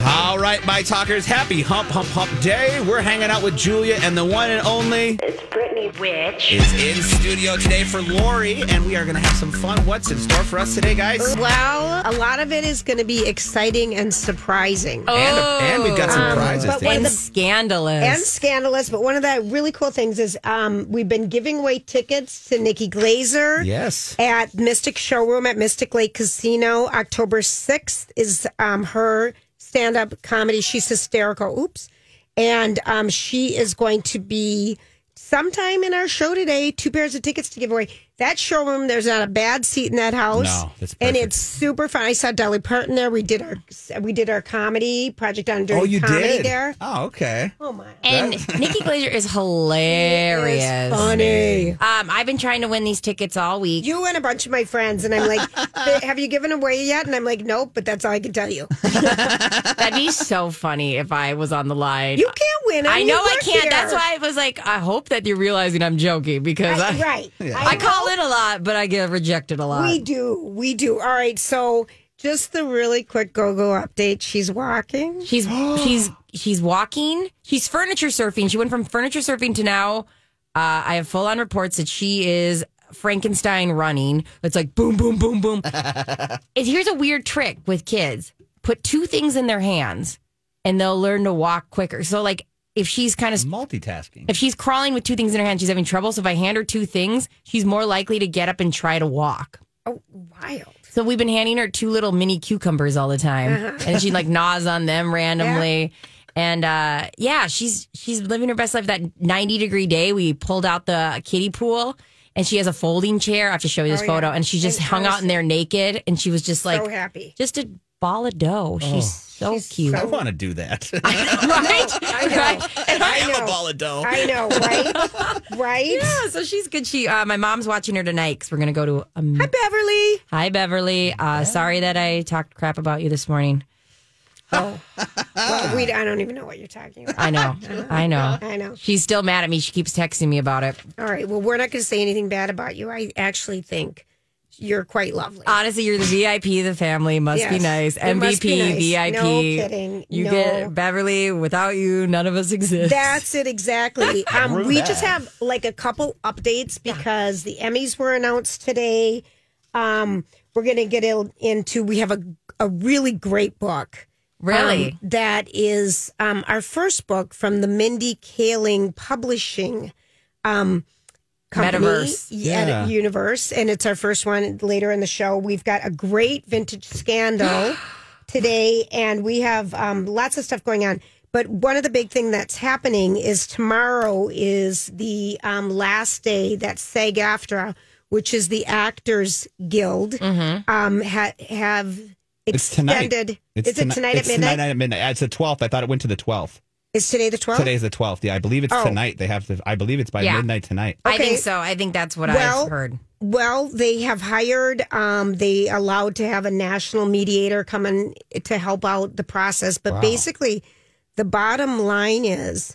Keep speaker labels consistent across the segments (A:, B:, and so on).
A: All right, my talkers, happy Hump Hump Hump Day. We're hanging out with Julia and the one and only
B: It's Brittany. Witch.
A: is in studio today for Lori, and we are going to have some fun. What's in store for us today, guys?
C: Well, a lot of it is going to be exciting and surprising
A: And, and we've got some prizes.
C: Oh. Um, but when
A: today.
C: the-
D: scandalous.
C: and scandalous. But one of the really cool things is um, we've been giving away tickets to Nikki Glazer.
A: yes.
C: At Mystic Showroom at Mystic Lake Casino, October 6th is um, her stand up comedy. She's hysterical. Oops. And um, she is going to be sometime in our show today, two pairs of tickets to give away. That showroom, there's not a bad seat in that house.
A: No, that's
C: and
A: perfect.
C: it's super fun. I saw Dolly Parton there. We did our we did our comedy project on dirty
A: Oh, you
C: comedy
A: did?
C: there.
A: Oh, okay.
C: Oh my
D: And Nikki Glazer is hilarious.
C: It's funny.
D: Um, I've been trying to win these tickets all week.
C: you and a bunch of my friends and i'm like "Hey, have you given away yet and i'm like nope but that's all i can tell you
D: That'd be so funny if I was on the line.
C: you can't win
D: I
C: mean,
D: know
C: you
D: I
C: work
D: can't.
C: here.
D: That's why I was like, I hope that you're realizing I'm joking because I,
C: I, right
D: I call in a lot, but I get rejected a lot.
C: we do we do all right so just the really quick go-go update she's walking
D: She's she's she's walking. She's furniture surfing. She went from furniture surfing to now. Uh, I have full on reports that she is Frankenstein running. It's like boom, boom, boom, boom. And here's a weird trick with kids: put two things in their hands, and they'll learn to walk quicker. So like if she's kind of
A: Multitasking.
D: if she's crawling with two things in her hand, she's having trouble. So if I hand her two things, she's more likely to get up and try to walk.
C: oh wild
D: So we've been handing her two little mini cucumbers all the time,
C: Uh-huh.
D: and she like gnaws on them randomly. And uh, yeah, she's she's living her best life. That ninety degree day, we pulled out the kiddie pool, and she has a folding chair. I have to show you this
C: Oh,
D: photo,
C: yeah.
D: and she just
C: And
D: hung out in there naked, and she was just like
C: so happy
D: just a ball of dough. She's so
C: She's
D: cute,
A: I
D: right?
C: so-
A: want to do that.
D: Right? And
A: I
D: I-
A: am a ball of dough.
C: i know right right
D: yeah, so she's good. She, uh, my mom's watching her tonight because we're gonna go to. Um, hi,
C: beverly
D: Beverly. Uh, sorry that I talked crap about you this morning.
C: oh well, we, i don't even know what you're talking about
D: I know, I know.
C: i know
D: She's still mad at me. She keeps texting me about it.
C: all right well we're not going to say anything bad about you i actually think you're quite lovely
D: Honestly, you're the VIP of the family. Must be
C: Yes.
D: nice.
C: It must be
D: MVP,
C: nice.
D: VIP.
C: No kidding.
D: You
C: No.
D: get Beverly. Without you, none of us exist.
C: That's it exactly. Um, we just have like a couple updates because the Emmys were announced today. Um, we're going to get il- into. We have a a really great book
D: really.
C: um, that is um, our first book from the Mindy Kaling Publishing um, company,
D: Metaverse.
C: Yeah,
A: Yeah.
C: Universe, and it's our first one. Later in the show, we've got a great vintage scandal today, and we have um, lots of stuff going on. But one of the big thing that's happening is tomorrow is the um, last day that SAG-AFTRA, which is the Actors
D: Mm-hmm.
C: Guild, um, ha- have
A: It's tonight.
C: extended.
A: It's
C: is it tonight at
A: it's
C: midnight?
A: Tonight at midnight. It's the 12th. I thought it went to the 12th.
C: Is today the 12th?
A: Today's the 12th. Yeah, I believe it's
C: Oh.
A: tonight. They have to, I believe it's by
D: Yeah.
A: midnight tonight.
D: I
C: okay.
D: think so. I think that's what
C: Well,
D: I've heard.
C: Well, they have hired, um, they allowed to have a national mediator come in to help out the process. But basically, the bottom line is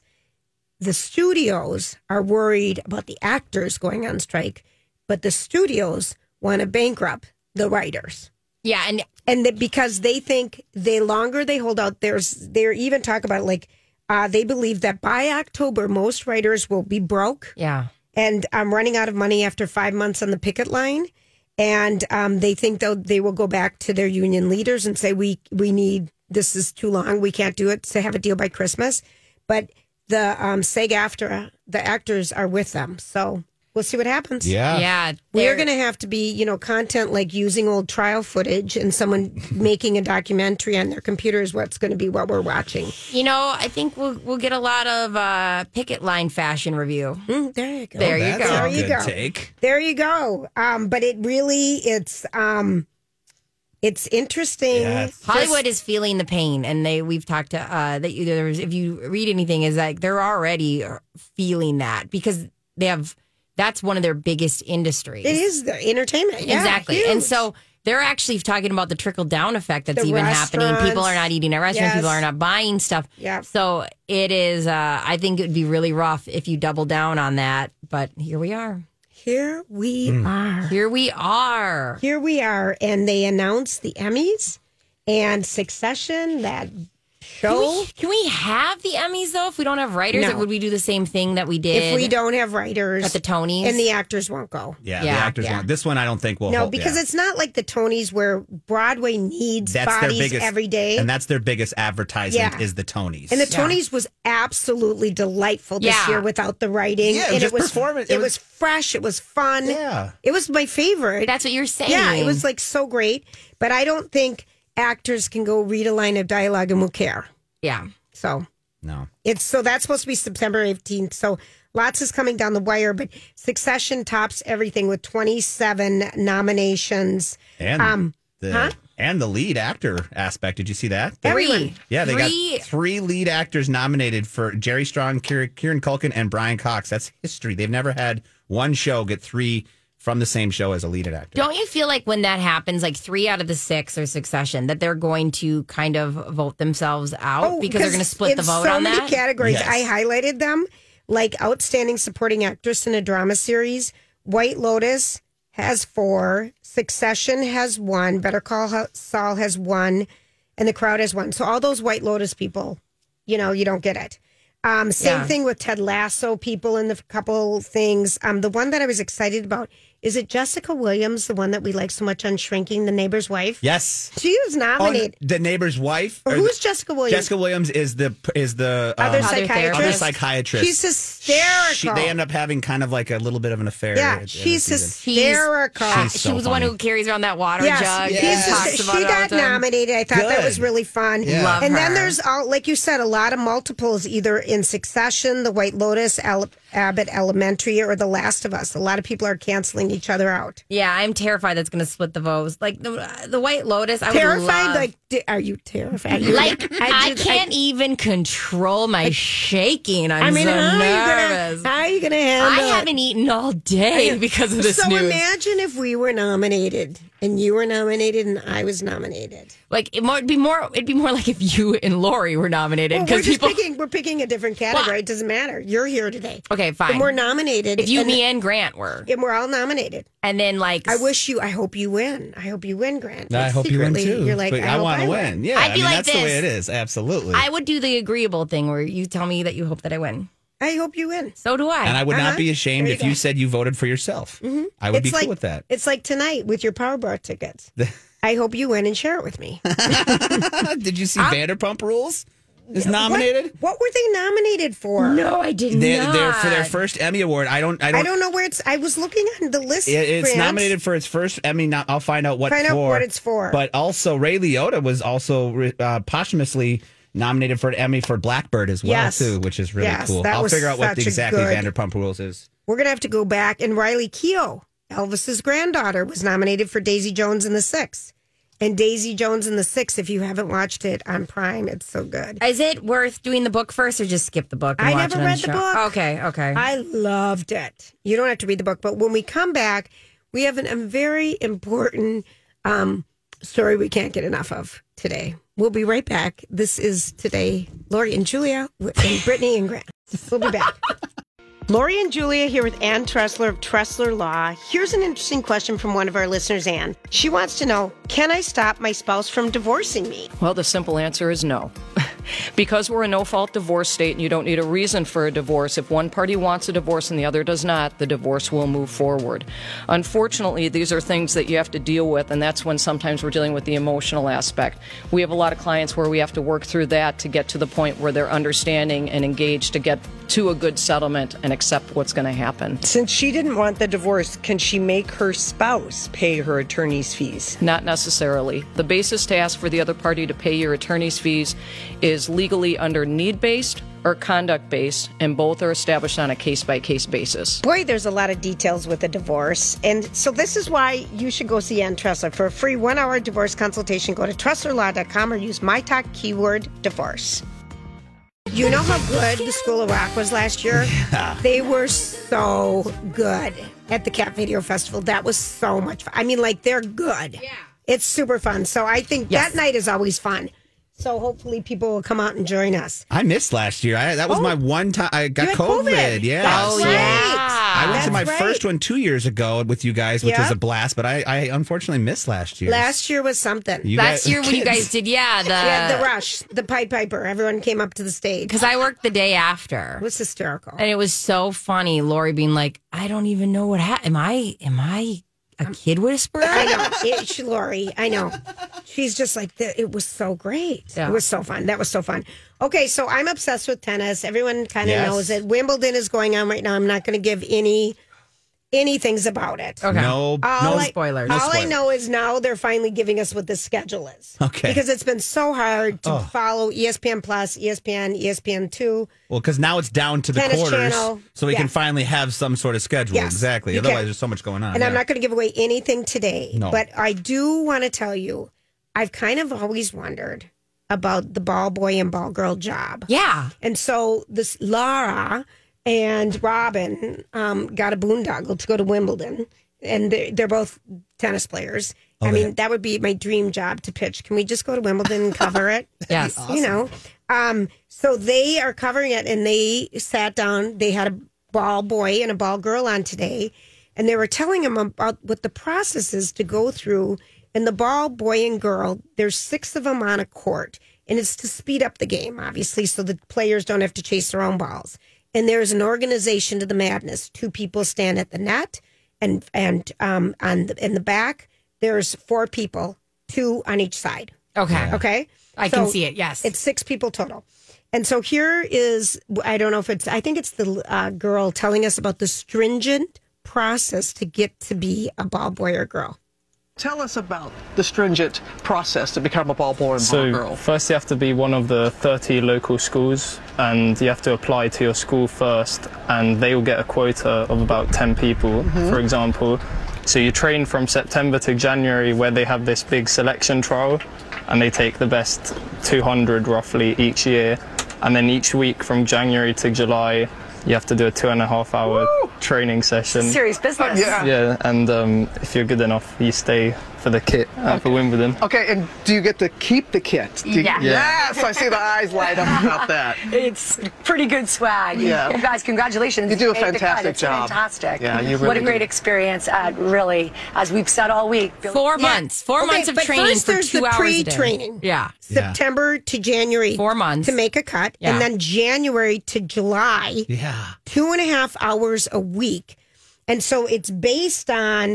C: the studios are worried about the actors going on strike, but the studios want to bankrupt the writers.
D: Yeah, and
C: And that because they think the longer they hold out, there's they're even talk about it, like uh, they believe that by October most writers will be broke
D: yeah,
C: and um, running out of money after five months on the picket line. And um, they think they'll, they will go back to their union leaders and say, we, we need, this is too long. We can't do it to have a deal by Christmas. But the um, SAG after the actors are with them. So we'll see what happens.
A: Yeah.
D: yeah.
C: We're
D: They're-
C: going to have to be, you know, content like using old trial footage and someone making a documentary on their computer is what's going to be what we're watching.
D: You know, I think we'll we'll get a lot of uh, picket line fashion review.
C: Mm, there you go.
D: There you
A: That's
D: go.
A: a
C: There you
A: good
C: go.
A: take.
C: There you go. Um, but it really, it's um, It's interesting.
A: Yes.
D: Hollywood is feeling the pain, and they we've talked to uh, that you, there's if you read anything is like they're already feeling that because they have that's one of their biggest industries.
C: It is the entertainment. Yeah,
D: exactly, and
C: huge.
D: so they're actually talking about the trickle down effect that's
C: The
D: even happening. People
C: restaurants.
D: are not eating at restaurants. People
C: Yes.
D: are not buying stuff.
C: Yeah.
D: So it is. Uh, I think it would be really rough if you double down on that. But here we are.
C: here we are.
D: Here we are.
C: Here we are. And they announced the Emmys and Succession, that
D: Can
C: show.
D: we, can we have the Emmys though? If we don't have writers,
C: No.
D: Or would we do the same thing that we did?
C: if we don't have writers
D: at the Tonys
C: and the actors won't go.
A: Yeah,
D: Yeah,
A: the actors
D: yeah.
A: want this one. I don't think will.
C: No,
A: hold-
C: because
A: yeah.
C: it's not like the Tonys where Broadway needs
A: that's their
C: bodies
A: biggest
C: every day.
A: and that's their biggest advertisement
C: Yeah.
A: is the Tonys.
C: And the
D: Yeah.
C: Tonys was absolutely delightful this
D: Yeah.
C: year without the writing.
A: Yeah, it was
C: and
A: just performance.
C: It,
A: It
C: was,
A: was-
C: fresh. It was fun.
A: Yeah.
C: It was my favorite.
D: That's what you're saying.
C: yeah, it was like so great. But I don't think actors can go read a line of dialogue and we'll care.
D: yeah.
C: So
A: no,
C: it's so that's supposed to be September 18th. So lots is coming down the wire, but Succession tops everything with 27 nominations.
A: and
C: Um,
A: the
C: huh?
A: and the lead actor aspect. Did you see that?
C: Every-
D: Three.
C: Everyone.
A: yeah, they
D: Three.
A: got three lead actors nominated for Jerry Strong, Kier- Kieran Culkin, and Brian Cox. That's history. They've never had one show get three from the same show as a lead actor.
D: Don't you feel like when that happens, like three out of the six are succession, that they're going to kind of vote themselves out because they're going to split the
C: Oh, in
D: vote
C: so
D: on
C: many
D: that?
C: categories.
A: Yes.
C: I highlighted them like outstanding supporting actress in a drama series. White Lotus has four. Succession has one. Better Call Ha- Saul has one, and The Crowd has one. So all those White Lotus people, you know, you don't get it. Um, same
D: Yeah.
C: thing with Ted Lasso people in the couple things. Um, the one that I was excited about is it Jessica Williams, the one that we like so much on Shrinking, the neighbor's wife.
A: yes.
C: She was
A: On
C: nominated.
A: the neighbor's wife. or
C: Who's
A: the-
C: Jessica Williams?
A: Jessica Williams is the is the um,
C: other
D: Other
C: psychiatrist.
A: other
D: therapist.
A: psychiatrist.
C: She's hysterical.
A: She- they end up having kind of like a little bit of an affair. at the
C: yeah,
A: end of
C: she's
A: the season.
D: She's-
C: hysterical.
D: Uh,
A: She's
D: she
A: so
D: was the one
A: funny.
D: who carries around that water jug.
C: she's
D: and
C: hysterical.
D: talks about
C: she
D: it all
C: got
D: the time.
C: nominated. I thought that
A: Good.
C: was really fun.
A: Yeah. Love
C: and then
D: her.
C: there's all, like you said, a lot of multiples either in Succession, The White Lotus, Al- Abbott Elementary, or The Last of Us. A lot of people are canceling each other out.
D: Yeah, I'm terrified that's going to split the votes. Like the, the White Lotus, I would
C: terrified?
D: love.
C: Like, di- are you terrified?
D: Like, I,
C: just-
D: can't even control my shaking. I'm
C: I mean,
D: so
C: how are you
D: nervous.
C: gonna? How are you gonna handle?
D: I
C: it?
D: haven't eaten all day because of this
C: So
D: news.
C: imagine if we were nominated and you were nominated and I was nominated.
D: Like it would be more. It'd be more like if you and Lori were nominated
C: Well, we're
D: because
C: just
D: people.
C: picking. We're picking a different category. It doesn't matter. You're here today.
D: okay,
C: And we're
D: fine.
C: nominated.
D: If you,
C: and,
D: me, and Grant were,
C: and we're all nominated.
D: and then like
C: I wish you. I hope you win. I hope you win, Grant.
A: I
C: Like,
A: hope you win
C: secretly,
A: too.
C: You're like,
A: but
C: I,
A: I, want to win. Yeah,
D: I'd
A: I
D: be
A: mean
D: like
A: that's the way it
D: this.
A: is. Absolutely.
D: I would do the agreeable thing where you tell me that you hope that I win.
C: I hope you win.
D: So do I.
A: and I would
C: Uh-huh.
A: not be ashamed
C: There you
A: if you
C: go.
A: said you voted for yourself. I would be
C: like
A: cool with that.
C: It's like tonight with your Powerball tickets. I hope you win and share it with me.
A: Did you see Vanderpump Rules? Is nominated.
C: What, what were they nominated for?
D: no, I did
A: They,
D: not.
A: they're for their first Emmy award. I don't. I don't.
C: I don't know where it's. I was looking on the list.
A: it- it's
C: Grant.
A: nominated for its first Emmy. Not, I'll find out what
C: Find out
A: for.
C: what it's for.
A: But also, Ray Liotta was also uh, posthumously nominated for an Emmy for Blackbird as well,
C: Yes.
A: too, which is really
C: Yes,
A: cool.
C: that
A: I'll
C: was
A: figure out what
C: such
A: the,
C: a
A: exactly
C: good-
A: Vanderpump Rules is.
C: We're gonna have to go back. And Riley Keough, Elvis's granddaughter, was nominated for Daisy Jones and the Six. And Daisy Jones and the Six. If you haven't watched it on Prime, it's so good.
D: Is it worth doing the book first or just skip the book? and
C: I
D: watch
C: never
D: it on
C: read
D: the,
C: the
D: show?
C: book.
D: Okay, okay.
C: I loved it. You don't have to read the book, but when we come back, we have an, a very important um, story we can't get enough of today. We'll be right back. This is today, Lori and Julia with- and Brittany and Grant. We'll be back. Lori and Julia here with Ann Tressler of Tressler Law. Here's an interesting question from one of our listeners, Ann. She wants to know Can I stop my spouse from divorcing me?
B: Well, the simple answer is no. because we're a no fault divorce state and you don't need a reason for a divorce, if one party wants a divorce and the other does not, the divorce will move forward. Unfortunately, these are things that you have to deal with, and that's when sometimes we're dealing with the emotional aspect. We have a lot of clients where we have to work through that to get to the point where they're understanding and engaged to get to a good settlement and accept what's going to happen.
E: Since she didn't want the divorce, can she make her spouse pay her attorney's fees?
B: Not necessarily. The basis to ask for the other party to pay your attorney's fees is legally under need based or conduct based, and both are established on a case by case basis.
C: Boy, there's a lot of details with a divorce. And so this is why you should go see Ann Tressler. For a free one hour divorce consultation, go to TresslerLaw.com or use my talk keyword divorce. You know how good the School of Rock was last year? They were so good at the Cat Video Festival. That was so much fun. I mean, like, they're good. Yeah. It's super fun. So I think that night is always fun. So hopefully people will come out and join us.
A: I missed last year. I, that was my one time. I got
C: Oh. had
A: COVID.
C: COVID.
A: Oh, Yeah.
C: That's
A: so-
C: right.
A: I went to my
C: That's right.
A: first one two years ago with you guys, which
C: Yeah.
A: was a blast. But I, I unfortunately missed last year.
C: Last year was something.
A: You
D: Last
A: guys-
D: year when you guys did, yeah,
C: Yeah, the
D: the
C: rush, the Pied Piper. Everyone came up to the stage. It
D: because I worked the day after.
C: was hysterical.
D: And it was so funny, Lori being like, I don't even know what happened. Am I am I a kid whisperer?
C: I know. It, she, Lori, I know. She's just like, the, it was so great.
D: Yeah.
C: It was so fun. That was so fun. Okay, so I'm obsessed with tennis. Everyone kind of
A: Yes.
C: knows it. Wimbledon is going on right now. I'm not going to give any any things about it.
D: Okay.
A: No,
C: All
A: no
C: I-
D: spoilers.
C: All
D: No
C: I
A: spoilers.
C: know is now they're finally giving us what the schedule is.
A: Okay. Oh.
C: Because it's been so hard to follow E ESPN Plus, ESPN, ESPN Two.
A: Well, because now it's down to the
C: Tennis
A: quarters,
C: Channel.
A: so we
C: Yeah.
A: can finally have some sort of schedule.
C: Yes,
A: exactly.
C: you
A: Otherwise,
C: can.
A: there's so much going on.
C: And I'm
A: yeah.
C: not going to give away anything today.
A: No.
C: But I do want to tell you, I've kind of always wondered about the ball boy and ball girl job.
D: yeah.
C: And so this Lara and Robin um, got a boondoggle to go to Wimbledon, and they're, they're both tennis players. I mean, that would be my dream job to pitch. Can we just go to Wimbledon and cover it?
D: Yes.
C: You know, um, so they are covering it, and they sat down. They had a ball boy and a ball girl on today, and they were telling him about what the process is to go through. And the ball boy and girl, there's six of them on a court, and it's to speed up the game, obviously, so the players don't have to chase their own balls. And there's an organization to the madness. Two people stand at the net, and and um, on the, in the back, there's four people, two on each side.
D: Okay.
C: Okay.
D: I can see it, yes.
C: It's six people total. And so here is, I don't know if it's, I think it's the uh, girl telling us about the stringent process to get to be a ball boy or girl.
F: Tell us about the stringent process to become a ball boy and
G: So,
F: ball girl.
G: first, you have to be one of the 30 local schools, and you have to apply to your school first, and they will get a quota of about 10 people,
F: Mm-hmm.
G: for example. So, you train from September to January, where they have this big selection trial, and they take the best 200 roughly each year. And then each week from January to July, you have to do a two and a half hour training session.
H: Serious business.
F: Yeah.
G: Yeah, and um, if you're good enough, you stay for the kit uh, for Wimbledon.
F: Okay, and do you get to keep the kit? Do you-
H: Yeah.
G: Yeah.
F: Yes, I see the eyes light up about that.
H: It's pretty good swag.
F: Yeah.
H: You guys, congratulations.
F: You do a
H: made the cut.
F: fantastic
H: It's
F: job.
H: Fantastic.
F: Yeah, you
H: What
F: really
H: a great
F: do.
H: experience. Uh, really, as we've said all week. Billy-
D: Four months. Four
C: Okay,
D: months of
C: but
D: training
C: first
D: for
C: there's
D: two
C: the
D: hours. a day.
C: pre-training.
D: Yeah.
C: September to January.
D: Four months.
C: To make a cut.
D: Yeah.
C: And then January to July.
A: Yeah.
C: two and a half hours a week. And so it's based on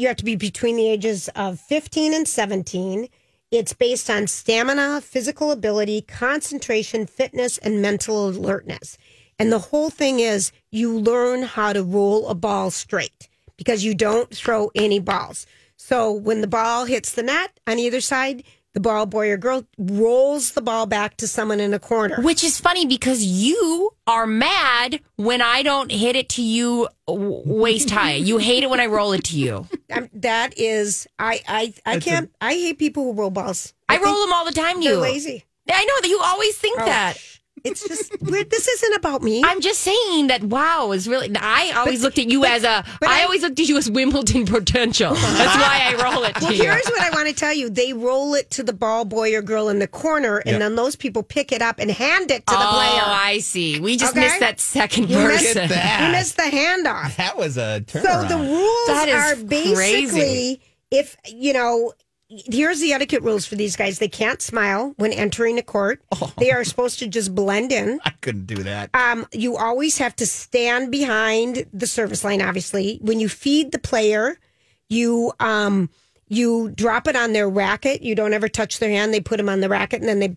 C: you have to be between the ages of 15 and 17. It's based on stamina, physical ability, concentration, fitness, and mental alertness. And the whole thing is you learn how to roll a ball straight because you don't throw any balls. So when the ball hits the net on either side, the ball boy or girl rolls the ball back to someone in a corner.
D: Which is funny because you are mad when I don't hit it to you w- waist high. You hate it when I roll it to you.
C: I'm, Um, that is, I, I, I can't. I hate people who roll balls.
D: I
C: think
D: roll them all the time to
C: They're
D: you.
C: lazy.
D: I know that you always think
C: Oh.
D: that.
C: It's just weird. This isn't about me.
D: I'm just saying that wow is really. I always looked at you as a.
C: but
D: I,
C: I-
D: always looked at you as Wimbledon potential. That's why I roll it to
C: well,
D: you.
C: here's what I want to tell you. They roll it to the ball boy or girl in the corner, and then those people pick it up and hand it to the
D: Oh,
C: player.
D: I see. We just
C: Okay?
D: missed that second
C: You missed-
D: person.
A: Get that.
C: You missed the handoff.
A: That was a
C: So
A: turnaround.
C: the rules
D: That is
C: are basically
D: crazy.
C: if you know. Here's the etiquette rules for these guys. They can't smile when entering a court.
D: Oh.
C: They are supposed to just blend in.
A: I couldn't do that.
C: um, you always have to stand behind the service line. Obviously, when you feed the player, you um, you drop it on their racket. You don't ever touch their hand. They put them on the racket, and then they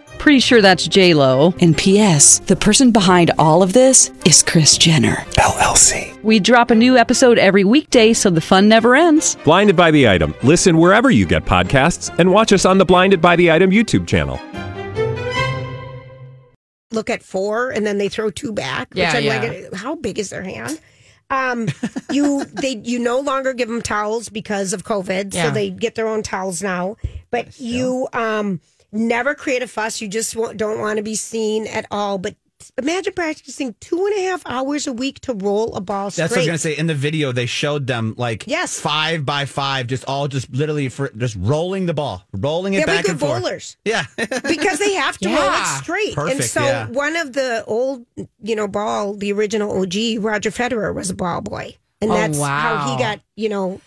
I: Pretty sure that's J Lo. And P.S. The person behind all of this is Chris Jenner
J: LLC.
I: We drop a new episode every weekday, so the fun never ends.
J: Blinded by the item. Listen wherever you get podcasts, and watch us on the Blinded by the Item YouTube channel.
C: look at four and then they throw two back. which
D: Yeah,
C: I'm
D: yeah.
C: like, how big is their hand? Um, you they you no longer give them towels because of COVID,
D: Yeah.
C: so they get their own towels now. But you um never create a fuss. You just wa- don't want to be seen at all. But imagine practicing two and a half hours a week to roll a ball straight.
A: That's what I was gonna say. In the video, they showed them like
C: Yes.
A: five by five, just all just literally for just rolling the ball, rolling it
C: They'll be
A: back
C: good
A: and forth.
C: bowlers.
A: Yeah,
C: because they have to roll it
D: Yeah.
C: straight. and
A: Perfect,
C: so
A: yeah.
C: one of the old, you know, ball, the original OG, Roger Federer was a ball boy. And
D: Oh,
C: that's how
D: wow.
C: he got, you know,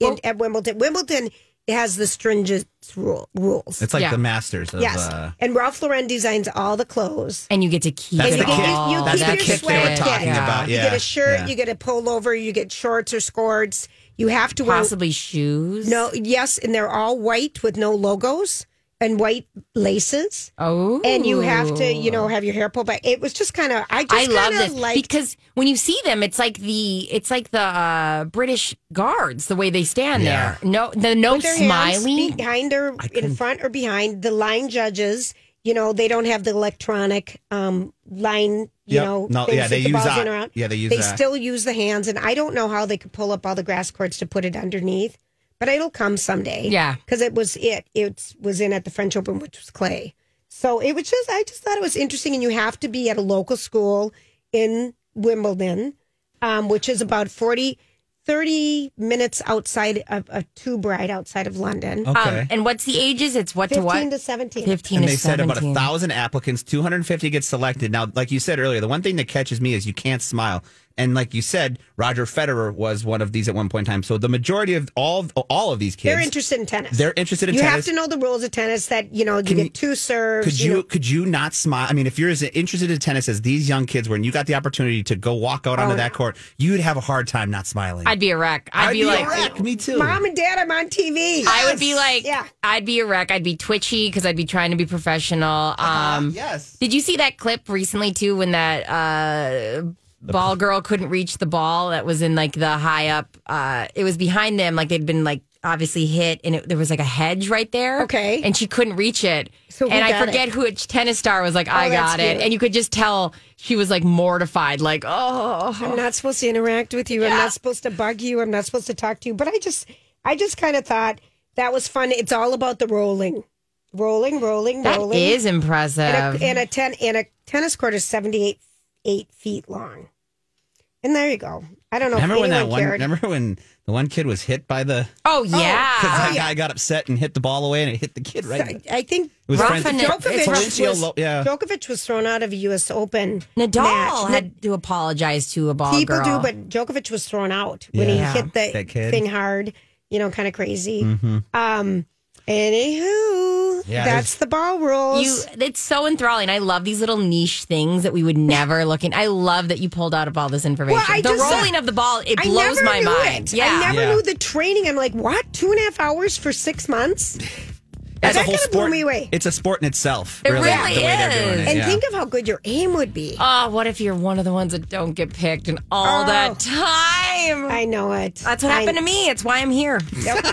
C: in, at Wimbledon. Wimbledon has the stringent rule, rules.
A: it's like
D: Yeah.
A: the masters. Of,
C: yes.
A: uh,
C: and Ralph Lauren designs all the clothes.
D: And you get to keep
A: That's
D: it
A: the kick-
D: all.
C: you keep
A: that's the
C: your
A: kick they were
C: sweat
A: talking
C: kit.
A: about.
C: You
A: Yeah,
C: get a shirt,
A: yeah.
C: you get a pullover, you get shorts or skirts. You have to wear
D: Possibly shoes.
C: no, yes, and they're all white with no logos and white laces
D: Oh.
C: and you have to, you know, have your hair pulled back. It was just kind of, I
D: Oh. I
C: just
D: love
C: kind
D: this
C: of like,
D: because when you see them, it's like the it's like the uh, British guards the way they stand
A: Yeah.
D: there. No, the no
C: their hands
D: smiling.
C: behind or in front or behind the line judges. You know, they don't have the electronic um, line. You
A: Yep.
C: know,
A: No,
C: things
A: yeah,
C: that
A: they
C: the
A: use
C: balls
A: that.
C: in or out.
A: Yeah, they use
C: They
A: that.
C: still use the hands, and I don't know how they could pull up all the grass cords to put it underneath. But it'll come someday.
D: Yeah.
C: because it was it it was in at the French Open, which was clay. So it was just I just thought it was interesting, and you have to be at a local school in Wimbledon, um, which is about 40, 30 minutes outside of a tube ride outside of London.
A: okay.
D: Um, and what's the ages? It's what to
C: 15
D: what?
C: to 17.
D: Fifteen
A: and
D: to
A: they said about a
D: seventeen.
A: thousand applicants, 250 get selected. Now, like you said earlier, the one thing that catches me is you can't smile. And like you said, Roger Federer was one of these at one point in time. So the majority of all all of these kids,
C: They're interested in tennis.
A: They're interested in
C: you
A: tennis.
C: have to know the rules of tennis that, you know, you
A: you-
C: get two serves.
A: Could you
C: know-
A: could you not smile? I mean, if you're as interested in tennis as these young kids were, and you got the opportunity to go walk out onto that court, you'd have a hard time not smiling.
D: I'd be a wreck. I'd,
A: I'd
D: be, like,
A: a wreck. Me too.
C: Mom and Dad, I'm on TV.
D: I would be like,
C: Yeah.
D: I'd be a wreck. I'd be twitchy because I'd be trying to be professional.
C: Uh-huh.
D: Um,
A: yes.
D: Did you see that clip recently too when that uh, ball girl couldn't reach the ball that was in like the high up? Uh, it was behind them, like they'd been like obviously hit, and it, there was like a hedge right there.
C: Okay.
D: and she couldn't reach it.
C: So who
D: and I
C: got
D: forget
C: it? Oh,
D: who which tennis star was like, I
C: that's
D: got it,
C: cute.
D: and you could just tell she was like mortified, like oh.
C: I'm not supposed to interact with you. I'm not supposed to bug you. I'm not supposed to talk to you. But I just, I just kind of thought that was fun. It's all about the rolling, rolling, rolling,
D: That
C: rolling.
D: is impressive.
A: Um,
C: and a, and a ten and a tennis court is seventy eight eight feet long. And there you go. I don't know.
A: Remember
C: if
A: when that
C: anyone
A: one?
C: cared.
A: Remember when the one kid was hit by the?
D: oh yeah.
A: Because that guy got upset and hit the ball away, and it hit the kid right. in the-
C: I, I think
A: was
D: Rafa
A: Fran-
D: Nadal-
C: Djokovic was,
A: Florencio Lo- yeah.
C: Djokovic was thrown out of a U.S. Open.
D: Nadal
C: match.
D: had to apologize to a ball
C: people do,
D: girl.
C: but Djokovic was thrown out when
A: Yeah.
C: he hit the
A: That kid. Mm-hmm.
C: thing hard. You know, kind of crazy. Um, anywho,
A: Yeah, there's-
C: that's the ball rules.
D: you, it's so enthralling. I love these little niche things that we would never look in. I love that you pulled out of all this information.
C: Well, I
D: the
C: just-
D: rolling of the ball, it
C: I
D: blows
C: never
D: my
C: knew
D: mind.
C: It.
D: Yeah,
C: I never
A: Yeah.
C: knew the training. I'm like, what? Two and a half hours for six months?
A: It's
C: that kinda blew me away.
A: It's a sport in itself.
D: It
A: really,
D: really
A: the way they're doing
D: is.
A: it.
C: And
A: yeah.
C: think of how good your aim would be.
D: Oh, what if you're one of the ones that don't get picked and all
C: Oh.
D: that time?
C: I know it.
D: That's what
C: I-
D: happened to me. It's why I'm here.
C: Yep.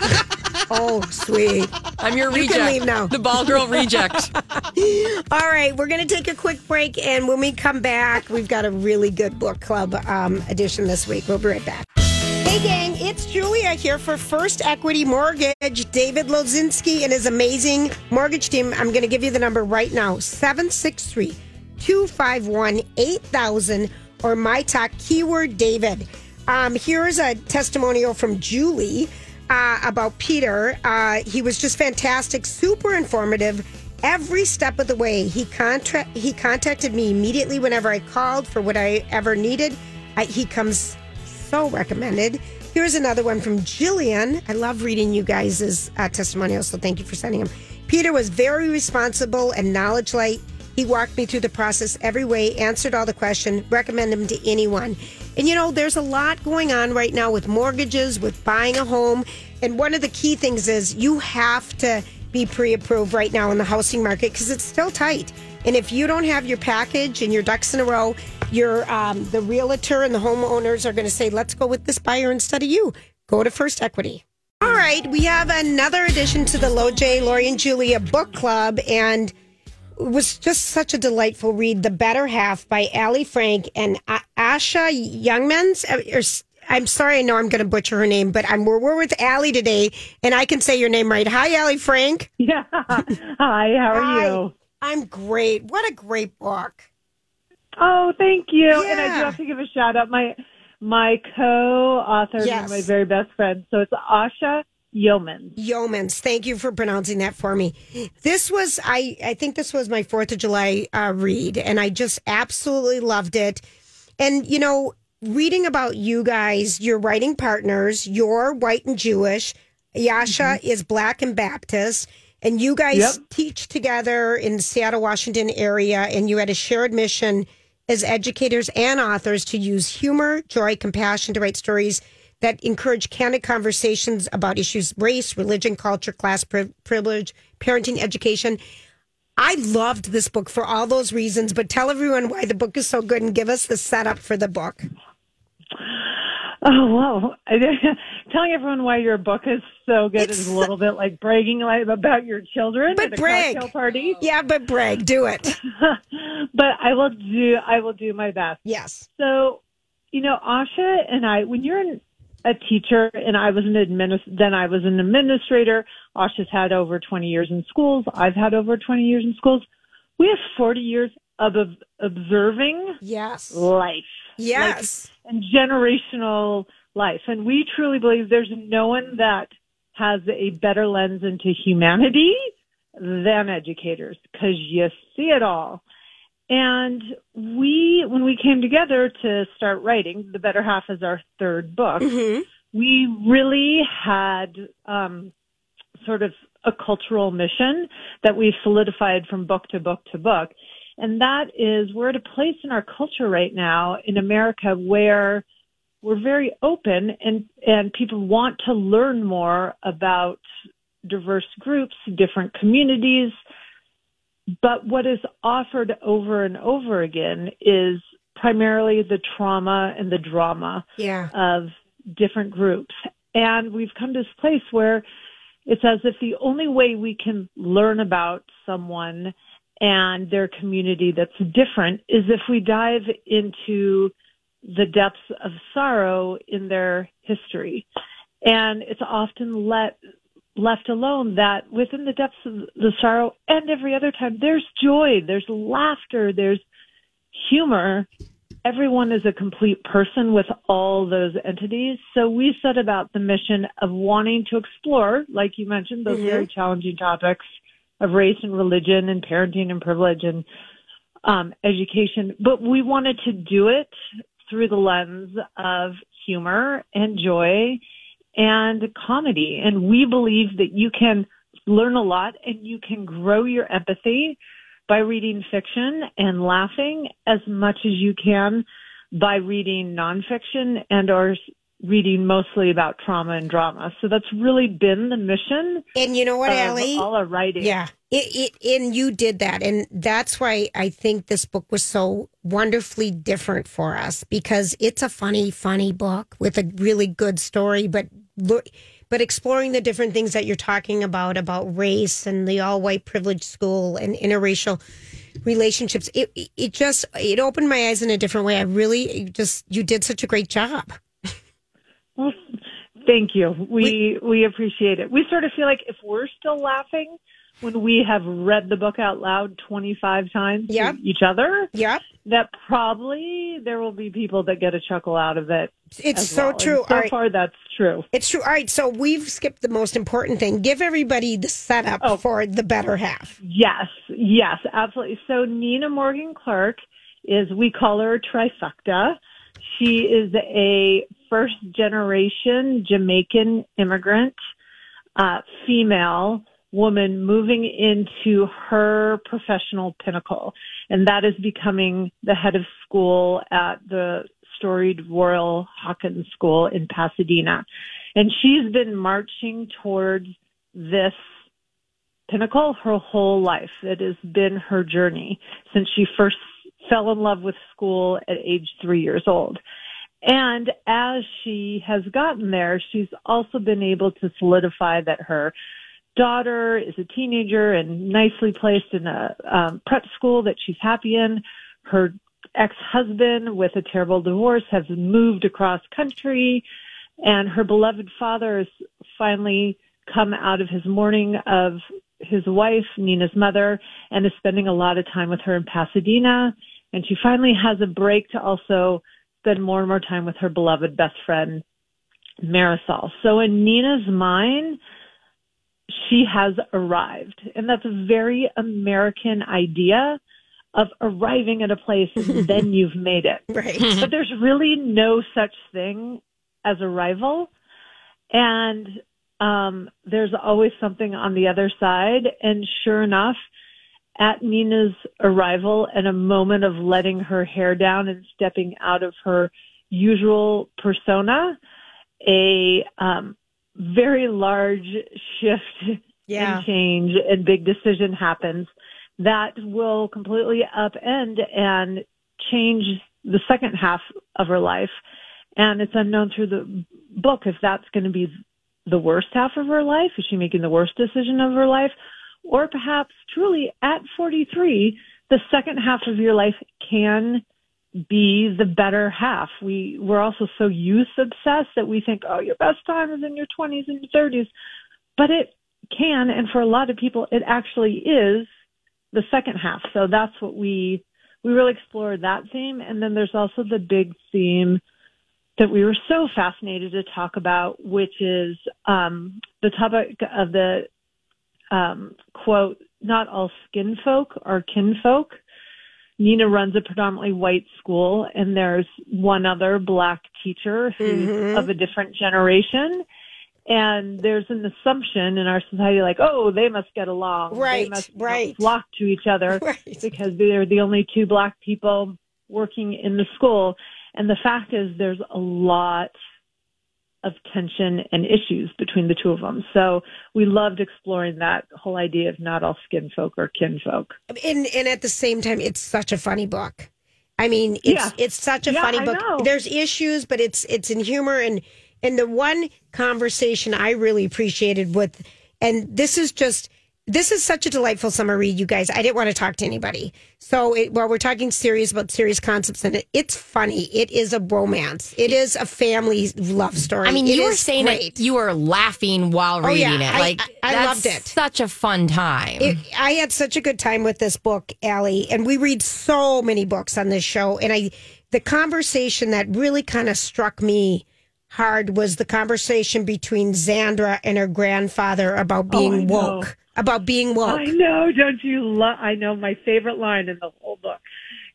C: oh, sweet.
D: I'm your
C: You
D: reject.
C: can leave now.
D: The ball girl reject.
C: All right, we're going to take a quick break. And when we come back, we've got a really good book club um, edition this week. We'll be right back. Hey, gang, it's Julia here for First Equity Mortgage. David Lozinski and his amazing mortgage team. I'm going to give you the number right now 763 251 8000 or my talk keyword David. Um, here's a testimonial from Julie uh, about Peter. Uh, he was just fantastic, super informative. Every step of the way, he contra- he contacted me immediately whenever I called for what I ever needed. I, he comes so recommended. Here's another one from Jillian. I love reading you guys' uh, testimonials, so thank you for sending them. Peter was very responsible and knowledge light. He walked me through the process every way, answered all the question, recommend him to anyone. And you know, there's a lot going on right now with mortgages, with buying a home. And one of the key things is you have to be pre approved right now in the housing market because it's still tight. And if you don't have your package and your ducks in a row, your um, the realtor and the homeowners are going to say, "Let's go with this buyer instead of you. Go to First Equity." All right, we have another addition to the Low J Lori and Julia Book Club, and it was just such a delightful read. The Better Half by Ali Frank and A- Asha Youngmans. uh, or- I'm sorry, I know I'm going to butcher her name, but I'm we're, we're with Ali today, and I can say your name right. Hi, Ali Frank. Yeah. Hi.
K: how are you?
C: I'm great. What a great book.
K: Oh, thank you. And I
C: Yeah.
K: do have to give a shout out my my co-author
C: Yes.
K: and my very best friend. So it's Asha Yeomans.
C: Yeomans. Thank you for pronouncing that for me. This was, I, I think this was my 4th of July uh, read, and I just absolutely loved it. And, you know, reading about you guys, your writing partners, you're white and Jewish, Yasha is black and Baptist, and you guys
K: Yep.
C: teach together in the Seattle, Washington area, and you had a shared mission as educators and authors to use humor, joy, compassion to write stories that encourage candid conversations about issues race, religion, culture, class, pri- privilege, parenting, education. I loved this book for all those reasons, but tell everyone why the book is so good and give us the setup for the book.
K: Oh, whoa. Telling everyone why your book is so good is a little bit like bragging like about your children
C: But
K: at a
C: brag.
K: cocktail party.
C: Yeah, but brag. Do it.
K: but I will do I will do my best.
C: Yes.
K: So, you know, Asha and I when you're an, a teacher and I was an administ- then I was an administrator, Asha's had over 20 years in schools, I've had over 20 years in schools. We have 40 years of ob- observing
C: yes.
K: life.
C: Yes.
K: Like, and generational life. And we truly believe there's no one that has a better lens into humanity than educators because you see it all. And we, when we came together to start writing, The Better Half is our third book, we really had um, sort of a cultural mission that we've solidified from book to book to book. And that is we're at a place in our culture right now in America where we're very open and, and people want to learn more about diverse groups, different communities. But what is offered over and over again is primarily the trauma and the drama
C: Yeah.
K: of different groups. And we've come to this place where it's as if the only way we can learn about someone and their community that's different is if we dive into the depths of sorrow in their history. And it's often let left alone that within the depths of the sorrow and every other time there's joy, there's laughter, there's humor. Everyone is a complete person with all those entities. So we set about the mission of wanting to explore, like you mentioned, those
L: Mhm.
K: very challenging topics of race and religion and parenting and privilege and um, education. But we wanted to do it through the lens of humor and joy and comedy. And we believe that you can learn a lot and you can grow your empathy by reading fiction and laughing as much as you can by reading nonfiction and or s- reading mostly about trauma and drama. So that's really been the mission.
C: And you know what,
K: of
C: Allie?
K: Uh, All our writing.
C: Yeah. It, it, and you did that. And that's why I think this book was so wonderfully different for us because it's a funny, funny book with a really good story, but look, but exploring the different things that you're talking about, about race and the all white privileged school and interracial relationships, it, it- it just, it opened my eyes in a different way. I really it just, you did such a great job.
D: Well, thank you. We, we appreciate it. We sort of feel like if we're still laughing when we have read the book out loud 25 times
C: Yep.
D: to each other,
C: yep.
D: that probably there will be people that get a chuckle out of it.
C: It's
D: as
C: so
D: well. And
C: true.
D: so
C: All right.
D: far, that's true.
C: It's true. All right, so we've skipped the most important thing. Give everybody the setup for the better half.
D: Yes, yes, absolutely. So Nina Morgan Clark is we call her a trifecta. She is a first generation Jamaican immigrant, uh, female woman moving into her professional pinnacle, and that is becoming the head of school at the storied Royal Hawkins School in Pasadena. And she's been marching towards this pinnacle her whole life. It has been her journey since she first fell in love with school at age three years old. And as she has gotten there, she's also been able to solidify that her daughter is a teenager and nicely placed in a um, prep school that she's happy in. Her ex-husband with a terrible divorce has moved across country and her beloved father has finally come out of his mourning of his wife, Nina's mother, and is spending a lot of time with her in Pasadena. And she finally has a break to also spend more and more time with her beloved best friend, Marisol. So in Nina's mind, she has arrived. And that's a very American idea of arriving at a place and then you've made it.
C: Right.
D: But there's really no such thing as arrival. And um, there's always something on the other side. And sure enough, at Nina's arrival and a moment of letting her hair down and stepping out of her usual persona, a um, very large shift
C: Yeah.
D: and change and big decision happens that will completely upend and change the second half of her life. And it's unknown through the book if that's going to be the worst half of her life? Is she making the worst decision of her life? Or perhaps truly at 43, the second half of your life can be the better half. We, we're also so youth obsessed that we think, oh, your best time is in your 20s and your 30s. But it can, and for a lot of people, it actually is the second half. So that's what we, we really explore that theme. And then there's also the big theme that we were so fascinated to talk about, which is um, the topic of the um, quote, not all skin folk are kinfolk. Nina runs a predominantly white school, and there's one other black teacher who's
M: Mhm.
D: of a different generation. And there's an assumption in our society, like, oh, they must get along. They
C: Right,
D: must you know,
C: right.
D: flock to each other because they're the only two black people working in the school. And the fact is, there's a lot of tension and issues between the two of them. So we loved exploring that whole idea of not all skin folk or kinfolk.
C: And and at the same time, it's such a funny book. I mean, it's
D: Yeah.
C: it's such a
D: Yeah,
C: funny
D: I
C: book.
D: know.
C: There's issues, but it's it's in humor and and the one conversation I really appreciated with and this is just this is such a delightful summer read, you guys. I didn't want to talk to anybody. So it, while we're talking serious about serious concepts, and it, it's funny. It is a romance. It is a family love story.
N: I mean,
C: It
N: you were
C: is
N: saying
C: great.
N: that you were laughing while
C: Oh, yeah.
N: reading
C: I-
N: it. Like
C: I- I
N: that's
C: loved it.
N: Such a fun time.
C: It, I had such a good time with this book, Allie, and we read so many books on this show. And I, the conversation that really kind of struck me hard was the conversation between Zandra and her grandfather about
D: Oh, I
C: being
D: know.
C: woke, about being woke.
D: I know, don't you love? I know my favorite line in the whole book.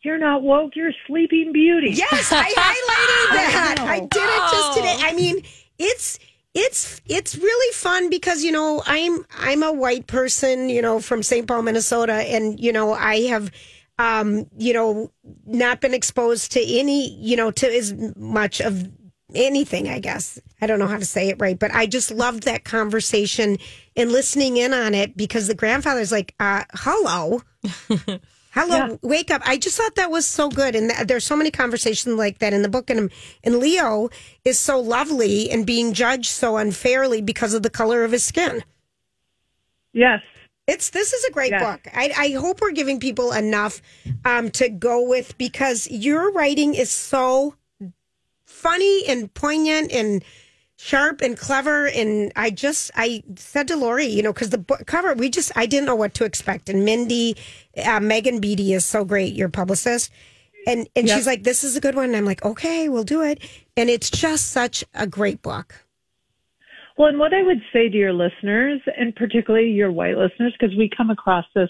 D: You're not woke. You're a Sleeping Beauty.
C: Yes, I highlighted that.
D: know. Oh.
C: I, did it just today. I mean, it's it's it's really fun because you know I'm I'm a white person, you know, from St. Paul, Minnesota, and you know I have um you know not been exposed to any you know to as much of anything i guess i don't know how to say it right but i just loved that conversation and listening in on it because the grandfather's like uh hello Hello, wake up! I just thought that was so good, and th- there's so many conversations like that in the book. And and Leo is so lovely and being judged so unfairly because of the color of his skin.
D: Yes,
C: it's this is a great
D: Yes.
C: book. I, I hope we're giving people enough um, to go with because your writing is so funny and poignant and sharp and clever. And I just, I said to Lori, you know, because the book cover, we just, I didn't know what to expect. And Mindy, uh, Megan Beatty is so great, your publicist. And, and
L: Yep.
C: she's like, this is a good one. And I'm like, okay, we'll do it. And it's just such a great book.
K: Well, and what I would say to your listeners, and particularly your white listeners, because we come across this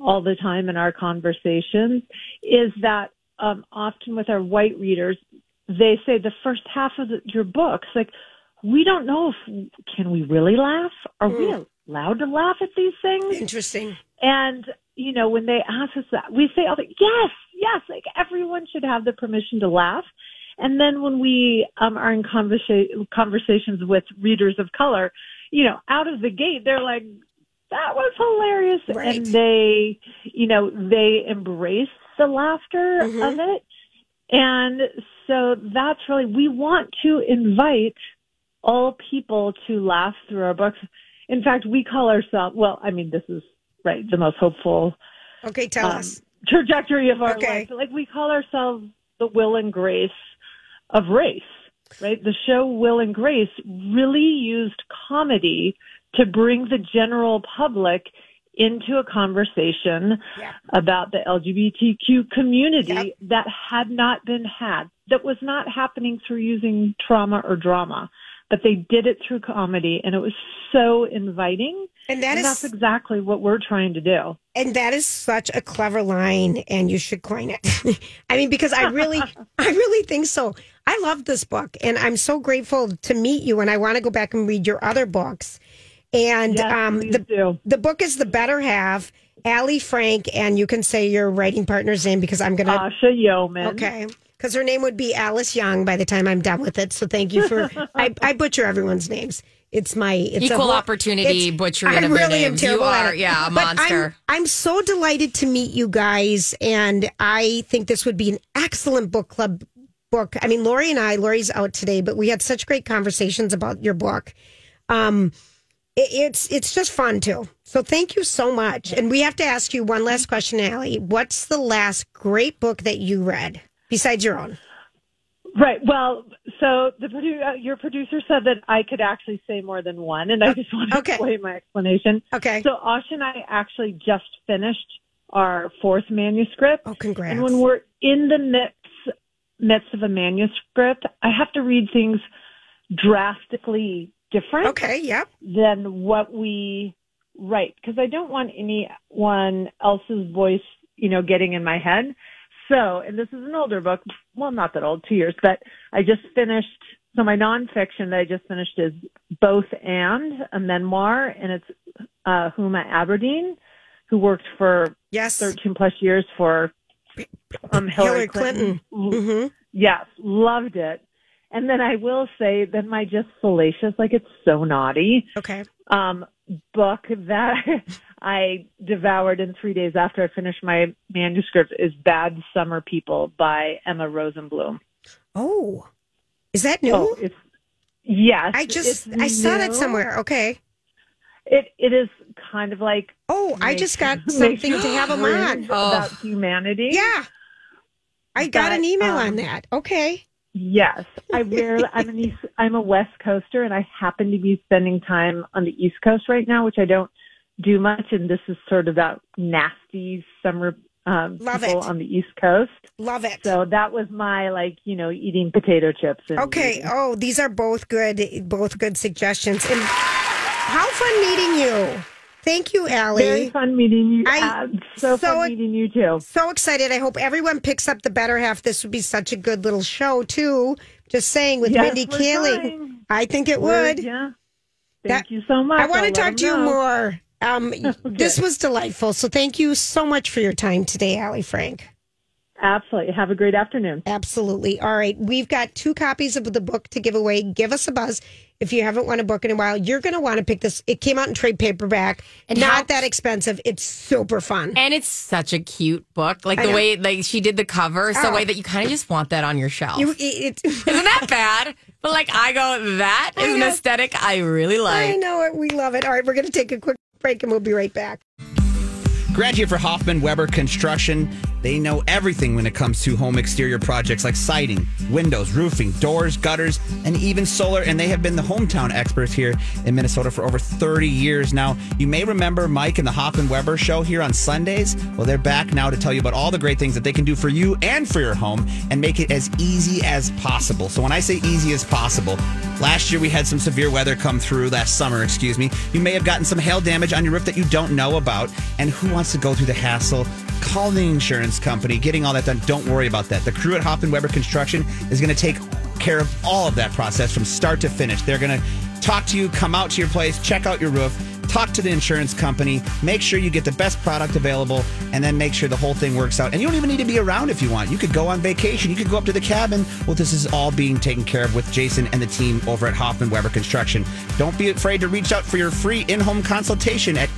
K: all the time in our conversations, is that um, often with our white readers, they say the first half of the, your books, like, we don't know if can we really laugh? Are
C: Mm.
K: we allowed to laugh at these things?
C: Interesting.
K: And you know, when they ask us that, we say, all the, "Yes, yes!" Like everyone should have the permission to laugh. And then when we um, are in conversa- conversations with readers of color, you know, out of the gate, they're like, "That was hilarious," and they, you know, they embrace the laughter of it. And so that's really, we want to invite all people to laugh through our books. In fact, we call ourselves, well, I mean, this is right, the most hopeful
C: Okay, tell
K: um,
C: us.
K: trajectory of our
C: Okay.
K: life. Like we call ourselves the will and grace of race, right? The show Will and Grace really used comedy to bring the general public into a conversation about the LGBTQ community that had not been had, that was not happening through using trauma or drama. But they did it through comedy, and it was so inviting.
C: And that is-
K: that's exactly what we're trying to do.
C: And that is such a clever line, and you should coin it. I mean, because I really, I really think so. I love this book, and I'm so grateful to meet you. And I want to go back and read your other books. And um, the the book is the better half. Allie Frank, and you can say your writing partner's name because I'm gonna
K: Asha Yeoman.
C: Okay, because her name would be Alice Young by the time I'm done with it. So thank you for I, I butcher everyone's names. It's my it's a
D: Equal
C: whole-
D: opportunity
C: it's-
D: butchering
C: I
D: of your
C: really am
D: names. You
C: terrible at
D: are,
C: it.
D: yeah, a
C: But I'm-
D: monster.
C: I'm so delighted to meet you guys, and I think this would be an excellent book club book. I mean, Lori and I, Lori's out today, but we had such great conversations about your book. Um, it, it's it's just fun too. So thank you so much. And we have to ask you one last question, Allie. What's the last great book that you read besides your own?
K: Right. Well, so the produ- uh, your producer said that I could actually say more than one, and I just want to explain my explanation.
C: Okay.
K: So Ash and I actually just finished our fourth manuscript. Oh,
C: congrats!
K: And when we're in the midst midst of a manuscript, I have to read things drastically different.
C: Okay. Yep.
K: Than what we write because I don't want anyone else's voice, you know, getting in my head. So, and this is an older book. Well, not that old, two years, but I just finished. So my nonfiction that I just finished is both and a memoir, and it's uh, Huma Aberdeen, who worked for
C: yes
K: 13 plus years for um, Hillary,
C: Hillary Clinton. Mm-hmm.
K: Yes, loved it. And then I will say that my just salacious, like it's so naughty.
C: Okay.
K: Um, book that I devoured in three days after I finished my manuscript is Bad Summer People by Emma Rosenblum.
C: Oh, is that new?
K: Oh, it's, yes.
C: I just
K: it's
C: I saw that
K: new.
C: somewhere. Okay.
K: It it is kind of like
C: oh I just got
K: makes
C: something
K: you
C: to have 'em
K: dream
C: on.
K: about
C: Oh.
K: humanity.
C: Yeah, I got
K: But,
C: an email
K: um,
C: on that. Okay.
K: Yes, I rarely. I'm an East, I'm a West Coaster, and I happen to be spending time on the East Coast right now, which I don't do much. And this is sort of that nasty summer um,
C: Love
K: people
C: it.
K: on the East Coast.
C: Love it.
K: So that was my like, you know, eating potato chips. And
C: Okay. Oh, these are both good, both good suggestions. And how fun meeting you. Thank you, Allie.
K: Very fun meeting you.
C: I,
K: so fun meeting you too.
C: So excited. I hope everyone picks up the better half. This would be such a good little show too. Just saying with
K: Yes,
C: Mindy
K: we're
C: Kaling.
K: trying.
C: I think it
K: We're-
C: would.
K: yeah. Thank you so much.
C: I want
K: I'll
C: to
K: let
C: talk
K: 'em
C: to you
K: know.
C: more. Um, This was delightful. So thank you so much for your time today, Allie Frank.
K: Absolutely. Have a great afternoon.
C: Absolutely. All right. We've got two copies of the book to give away. Give us a buzz. If you haven't won a book in a while, you're going to want to pick this. It came out in trade paperback.
D: And
C: Not
D: how-
C: that expensive. It's super fun.
D: And it's such a cute book. Like
C: I
D: the
C: know.
D: way like she did the cover, it's
C: Oh.
D: the way that you kind of just want that on your shelf.
C: You, it, it-
D: Isn't that bad? But like I go, that is an aesthetic I really like.
C: I know it. We love it. All right. We're going to take a quick break and we'll be right back.
A: Grant here for Hoffman Weber Construction. They know everything when it comes to home exterior projects like siding, windows, roofing, doors, gutters, and even solar. And they have been the hometown experts here in Minnesota for over 30 years now. You may remember Mike and the Hoffman Weber show here on Sundays. Well, they're back now to tell you about all the great things that they can do for you and for your home and make it as easy as possible. So when I say easy as possible, Last year, we had some severe weather come through last summer, excuse me. You may have gotten some hail damage on your roof that you don't know about. And who wants to go through the hassle? Call the insurance company, getting all that done. Don't worry about that. The crew at Hoffman Weber Construction is going to take care of all of that process from start to finish. They're going to talk to you, come out to your place, check out your roof, talk to the insurance company, make sure you get the best product available, and then make sure the whole thing works out. And you don't even need to be around if you want. You could go on vacation, you could go up to the cabin. Well, this is all being taken care of with Jason and the team over at Hoffman Weber Construction. Don't be afraid to reach out for your free in home consultation at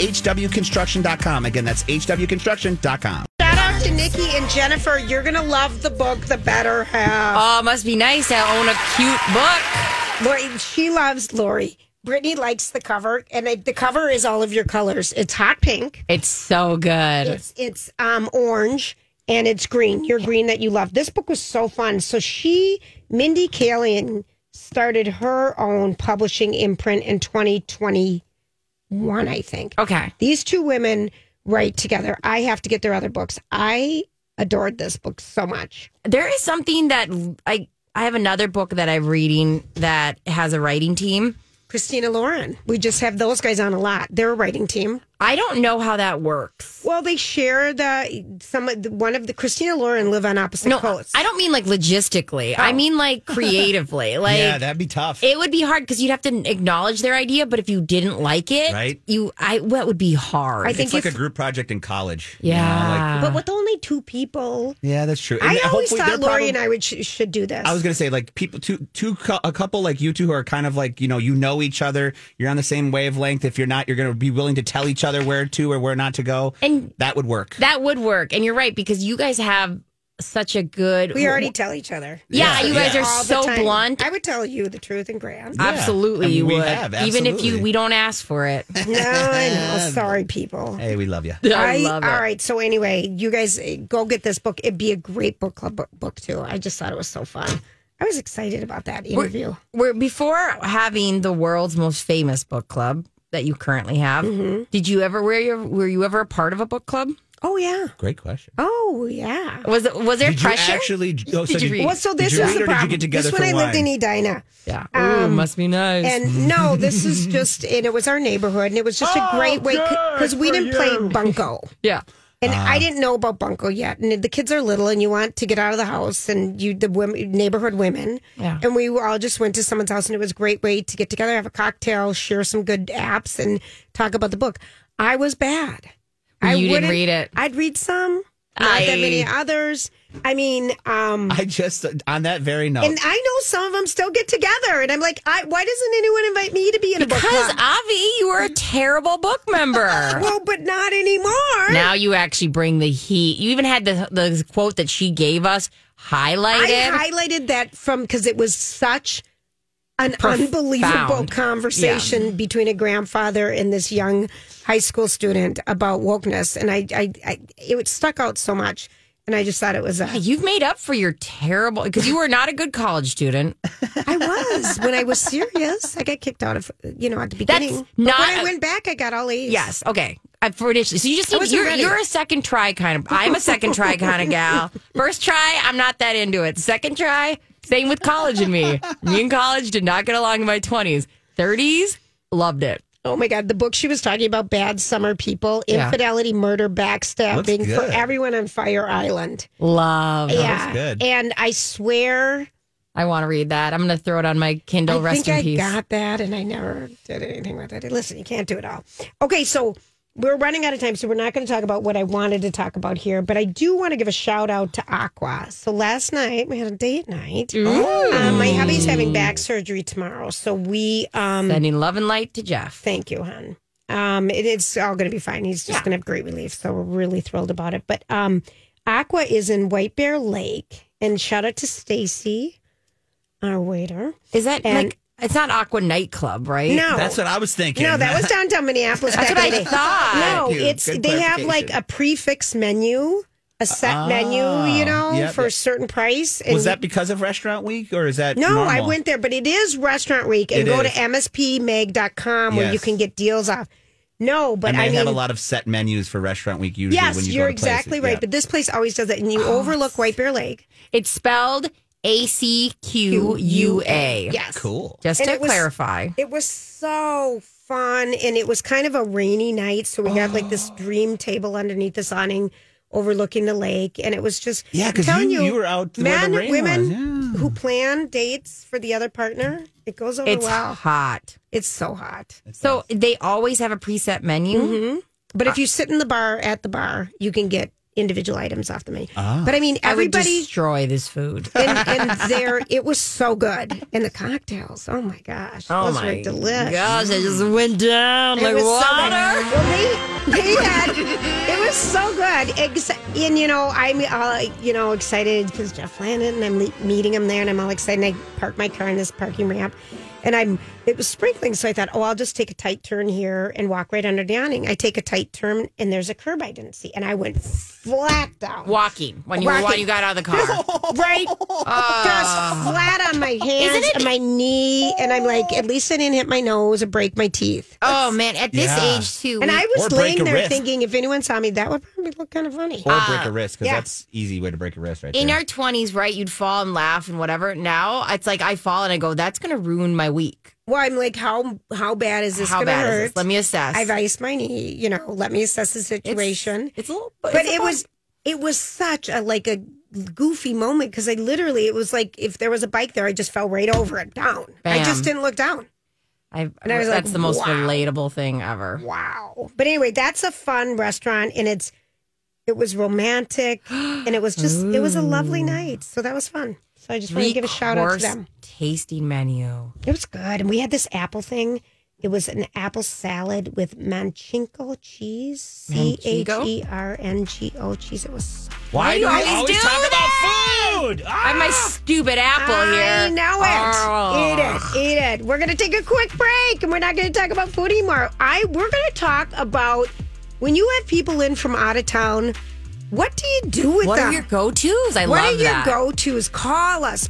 A: hwconstruction.com. Again, that's hwconstruction.com.
C: Shout out to Nikki and Jennifer. You're going to love the book, The Better Half.
D: Oh, it must be nice to own a cute book.
C: Lori, she loves Lori. Brittany likes the cover, and it, the cover is all of your colors. It's hot pink,
D: It's so good.
C: it's, it's um, orange, and it's green. Your green that you love. This book was so fun. So she, Mindy Kaling, started her own publishing imprint in 2021, I think.
D: okay.
C: These two women write together. I have to get their other books. I adored this book so much.
D: There is something that I I have another book that I'm reading that has a writing team.
C: Christina Lauren. We just have those guys on a lot. They're a writing team.
D: I don't know how that works.
C: Well, they share the some of the, one of the Christina Lauren live on opposite
D: No,
C: coasts.
D: I don't mean like logistically. I mean like creatively. Like
A: yeah, that'd be tough.
D: it would be hard because you'd have to acknowledge their idea, but if you didn't like it,
A: Right.
D: you I what would be hard.
C: I
A: it's
C: think
A: like a
C: if-
A: group project in college. you know,
D: yeah.
A: like-
C: but with only two people,
A: yeah, that's true. Uh-huh. And
C: I always
A: hopefully they're
C: thought Lori
A: probably-
C: and I would sh- should do this.
A: I was gonna say like people two two cou- a couple like you two who are kind of like you know you know each other you're on the same wavelength if you're not you're gonna be willing to tell each other where to or where not to go
D: And-
A: that would work
D: that would work. And you're right, because you guys have such a good
C: we already tell each other.
D: Yeah,
A: Yeah,
D: you guys
A: yeah.
D: are
C: all the
D: so
C: time.
D: blunt.
C: I would tell you the truth and Grant.
A: Yeah.
D: Absolutely,
A: And
D: you
A: we
D: would.
A: have,
D: Even if you
A: absolutely.
D: we don't ask for it.
C: no, I know. Sorry, people.
A: hey we love you
D: I love it.
C: All right. So anyway, you guys eh, go get this book. It'd be a great book club book, book too. I just thought it was so fun. I was excited about that interview.
D: We're before having the world's most famous book club that you currently have.
A: Mm-hmm.
D: Did you ever were you were you ever a part of a book club?
C: oh yeah.
A: great question
C: Oh yeah.
D: Was it was there
A: did
D: pressure?
A: you actually oh, so
D: Did you read?
C: Well, so
A: did
C: this
A: you
C: was
A: read
C: the
A: or did
C: problem.
A: you get together
C: this when
A: for
C: I lived in
A: wine?
C: Edina.
D: yeah. Ooh,
C: um,
D: must be nice.
C: And no, this is just, and it was our neighborhood, and it was just a great way because we didn't play bunco,
D: yeah.
C: and I didn't know about bunco yet. And the kids are little, and you want to get out of the house, and you the women, neighborhood women,
D: Yeah.
C: and we all just went to someone's house, and it was a great way to get together, have a cocktail, share some good apps, and talk about the book. I was bad. I
D: You didn't
C: wouldn't-
D: read it.
C: I'd read some, not that many others. I mean, um,
A: I just on that very note
C: and I know some of them still get together, and I'm like, I, why doesn't anyone invite me to be in a book
D: Because
C: club?
D: Avi, you were a terrible book member.
C: well, but not anymore.
D: now you actually bring the heat. You even had the the quote that she gave us highlighted.
C: I highlighted that from because it was such an
D: Profound.
C: unbelievable conversation between a grandfather and this young high school student about wokeness, and I, I, I it stuck out so much, and I just thought it was a,
D: You've made up for your terrible because you were not a good college student.
C: I was when I was serious, I got kicked out of you know at the
D: That's
C: beginning. But
D: not
C: when I
D: a-
C: went back, I got all A's.
D: Yes. Okay. I, for initially, so you just
C: I
D: need
C: wasn't
D: you're,
C: ready.
D: you're a second try kind of. I'm a second try kind of gal. First try, I'm not that into it. Second try, same with college and me. Me and college did not get along in my 20s, 30s, loved it.
C: Oh my God, the book she was talking about bad summer people,
D: Yeah.
C: infidelity, murder, backstabbing
A: Looks
C: for
A: good.
C: everyone on Fire Island.
D: Love.
C: yeah.
A: good.
C: And I swear,
D: I want to read that. I'm going to throw it on my Kindle.
C: I
D: rest
C: think
D: in
C: I
D: peace.
C: got that and I never did anything with it. Listen, you can't do it all. Okay, so we're running out of time, so we're not going to talk about what I wanted to talk about here, but I do want to give a shout out to Aqua. So last night we had a date night. Um, my hubby's having back surgery tomorrow, so we. Um,
D: Sending love and light to Jeff.
C: Thank you, hon. Um, it, it's all going to be fine. He's just going to have great relief. So we're really thrilled about it. But um, Aqua is in White Bear Lake, and shout out to Stacy, our waiter.
D: Is that
C: And
D: like It's not Aqua nightclub, right?
C: No.
A: That's what I was thinking.
C: No, that was downtown Minneapolis.
D: That's
C: back
D: what
C: in the
D: I
C: day.
D: thought.
C: No,
A: Thank you.
C: it's
A: Good
C: they have
A: clarification.
C: like a prefix menu, a set menu, you know,
A: Ah, Yep,
C: for a
A: yep.
C: certain price. And
A: Was that because of Restaurant Week or is that
C: no, I
A: normal?
C: went there, but it is restaurant week and
A: It
C: go to
A: is.
C: mspmeg.com where you
A: Yes.
C: can get deals off. No, but
A: and
C: I
A: they
C: mean
A: have a lot of set menus for Restaurant Week usually
C: Yes,
A: when you
C: are
A: go to places.
C: exactly right.
A: Yeah. Oh,
C: But this place always does it and you overlook White Bear Lake.
D: It's spelled A C Q U A.
C: Yes.
A: Cool.
D: Just
C: And
D: to
C: it was-
D: clarify.
C: It was so fun, and it was kind of a rainy night, so we got like this
A: Oh.
C: dream table underneath the awning, overlooking the lake, and it was just
A: Yeah, 'cause
C: I'm telling
A: you- you were out where the
C: men,
A: rain
C: women
A: was,
C: who plan dates for the other partner. It goes over
D: It's
C: well.
D: hot.
C: It's so hot.
D: So they always have a preset menu.
C: Mhm. But if you sit in the bar at the bar, you can get individual items off the menu.
A: Ah.
C: But I mean,
D: I would
C: everybody.
D: destroy this food.
C: and, and there, it was so good. And the cocktails, oh my gosh, those were delicious.
D: gosh! I just went down like water.
C: So good. well, they, they had it was so good. Ex- and you know, I'm all you know excited because Jeff Flanagan. And I'm le- meeting him there, and I'm all excited. And I park my car in this parking ramp, and I'm it was sprinkling, so I thought, oh, I'll just take a tight turn here and walk right under the awning. I take a tight turn, and there's a curb I didn't see, and I went flat down.
D: Walking when you
C: Walking.
D: when you got out of the car.
C: Right, just flat on my hands
D: Ah. it-
C: and my knee, and I'm like, at least I didn't hit my nose or break my teeth.
D: oh man! At this
A: Yeah.
D: age too,
C: And
D: Oh, we-
C: I was
A: Or break
C: laying
A: a
C: there
A: wrist.
C: thinking if anyone saw me, that would probably look kind of funny.
A: Or break a wrist because
C: Ah, yeah.
A: that's easy way to break a wrist right
D: in
A: there.
D: our 20s, right, you'd fall and laugh and whatever. Now it's like I fall and I go, that's going to ruin my week.
C: Well, I'm like, how how bad is this
D: How
C: going to
D: bad
C: hurt?
D: is this? Let me assess.
C: I've iced my knee. You know, let me assess the situation.
D: it's a little,
C: but it was it was such a like a goofy moment because I literally it was like if there was a bike there, I just fell right over it down. I
D: Bam.
C: just didn't look down.
D: I,
C: and I was
D: that's
C: like,
D: the
C: wow.
D: most relatable thing ever.
C: Wow. But anyway, that's a fun restaurant, and it's it was romantic, and it was just it was a lovely night. So that was fun. So I just want to give a shout out to
D: Three-course
C: them.
D: Tasting menu.
C: It was good. And we had this apple thing. It was an apple salad with manchego cheese. C H
D: Manchego?
C: E R N G O cheese. It was so
A: Why do we
D: always
A: always
D: do
A: talk
D: that?
A: about food? Ah!
D: I have my stupid apple
C: I
D: here.
C: know it.
D: Oh.
C: Eat it. Eat it. We're going to take a quick break and we're not going to talk about food anymore. I We're going to talk about when you have people in from out of town, what do you do with
D: What
C: them?
D: are your go tos? I
C: what
D: love
C: are your
D: that.
C: go tos? Call us.